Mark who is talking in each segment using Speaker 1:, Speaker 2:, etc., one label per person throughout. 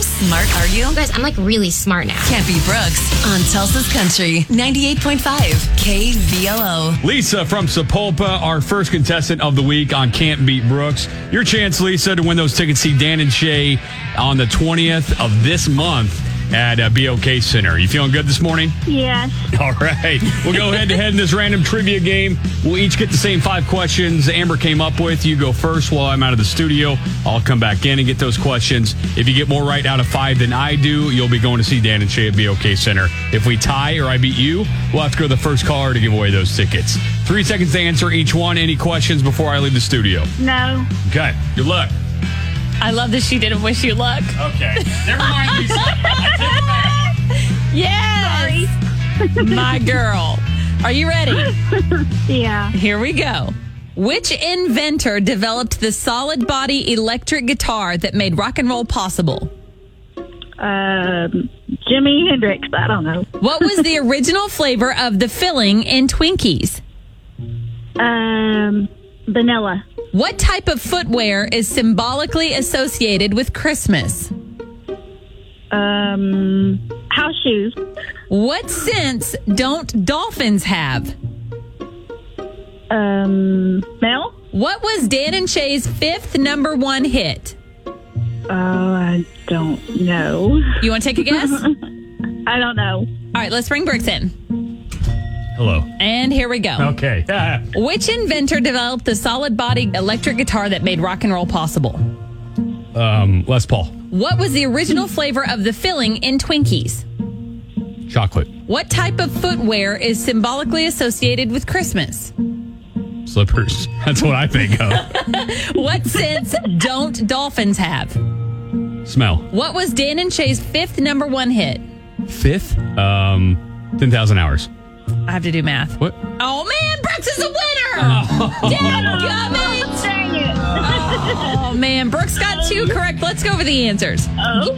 Speaker 1: Smart Argue?
Speaker 2: Guys, I'm like really smart now.
Speaker 1: Campy Brooks on Tulsa's Country 98.5 KVLO.
Speaker 3: Lisa from Sepulpa, our first contestant of the week on Can't Beat Brooks. Your chance, Lisa, to win those tickets. See Dan and Shay on the 20th of this month at uh, BOK Center. You feeling good this morning?
Speaker 4: Yes.
Speaker 3: All right. We'll go head to head in this random trivia game. We'll each get the same five questions Amber came up with. You go first while I'm out of the studio. I'll come back in and get those questions. If you get more right out of five than I do, you'll be going to see Dan and Shay at BOK Center. If we tie or I beat you, we'll have to go to the first caller to give away those tickets. Three seconds to answer each one. Any questions before I leave the studio?
Speaker 4: No.
Speaker 3: Okay. Good luck.
Speaker 5: I love that she didn't wish you luck.
Speaker 3: Okay. Never mind, Lisa.
Speaker 5: Yes. My girl. Are you ready?
Speaker 4: Yeah.
Speaker 5: Here we go. Which inventor developed the solid body electric guitar that made rock and roll possible?
Speaker 4: Um, Jimi Hendrix. I don't know.
Speaker 5: What was the original flavor of the filling in Twinkies?
Speaker 4: Um, vanilla.
Speaker 5: What type of footwear is symbolically associated with Christmas?
Speaker 4: Um, house shoes.
Speaker 5: What sense don't dolphins have?
Speaker 4: Um, Mel.
Speaker 5: What was Dan and Shay's fifth number one hit?
Speaker 4: Oh, I don't know.
Speaker 5: You want to take a guess? All
Speaker 4: I don't know.
Speaker 5: right, let's bring Brooks in.
Speaker 3: Hello.
Speaker 5: And here we go.
Speaker 3: Okay.
Speaker 5: Which inventor developed the solid body electric guitar that made rock and roll possible?
Speaker 3: Um, Les Paul.
Speaker 5: What was the original flavor of the filling in Twinkies?
Speaker 3: Chocolate.
Speaker 5: What type of footwear is symbolically associated with Christmas?
Speaker 3: Slippers. That's what I think of.
Speaker 5: What sense don't dolphins have?
Speaker 3: Smell.
Speaker 5: What was Dan and Shay's fifth number one hit?
Speaker 3: Fifth. Um, 10,000 hours.
Speaker 5: I have to do math.
Speaker 3: What? Oh.
Speaker 5: Oh man, Brooks is a winner! Dadgummit!
Speaker 4: Dang it.
Speaker 5: Oh man, Brooks got two correct. Let's go over the answers.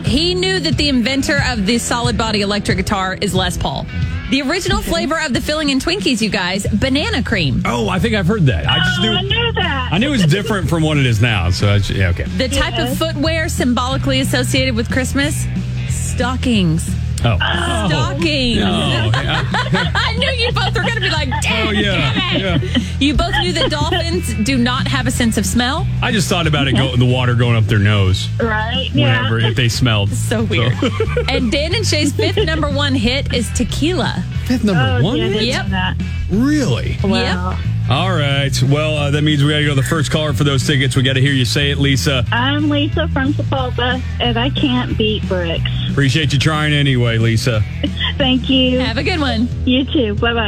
Speaker 5: He knew that the inventor of the solid body electric guitar is Les Paul. The original flavor of the filling in Twinkies, you guys, banana cream.
Speaker 3: Oh, I think I've heard that. I just
Speaker 4: Oh, I
Speaker 3: knew.
Speaker 4: knew that.
Speaker 3: I knew it's different from what it is now. So, I, ju- yeah, okay.
Speaker 5: The type of footwear symbolically associated with Christmas? Stockings.
Speaker 3: Oh.
Speaker 5: Stockings.
Speaker 3: Oh, yeah.
Speaker 5: I knew you both were going to be like, damn,
Speaker 3: Oh, yeah.
Speaker 5: damn it.
Speaker 3: yeah.
Speaker 5: You both knew that dolphins do not have a sense of smell.
Speaker 3: I just thought about it, go, the water going up their nose
Speaker 4: right. Yeah.
Speaker 3: whenever, if they smelled.
Speaker 5: So weird. and Dan and Shay's fifth number one hit is tequila.
Speaker 3: Fifth number
Speaker 4: Oh,
Speaker 3: one.
Speaker 4: yeah, I did
Speaker 5: Yep.
Speaker 4: know that.
Speaker 3: Really?
Speaker 5: Yep.
Speaker 4: Wow.
Speaker 3: All right. Well, uh, that means we got to go to the first caller for those tickets. We got to hear you say it, Lisa.
Speaker 4: I'm Lisa from Sepulpa, and I can't beat bricks.
Speaker 3: Appreciate you trying anyway, Lisa.
Speaker 4: Thank you.
Speaker 5: Have a good one.
Speaker 4: You too. Bye bye.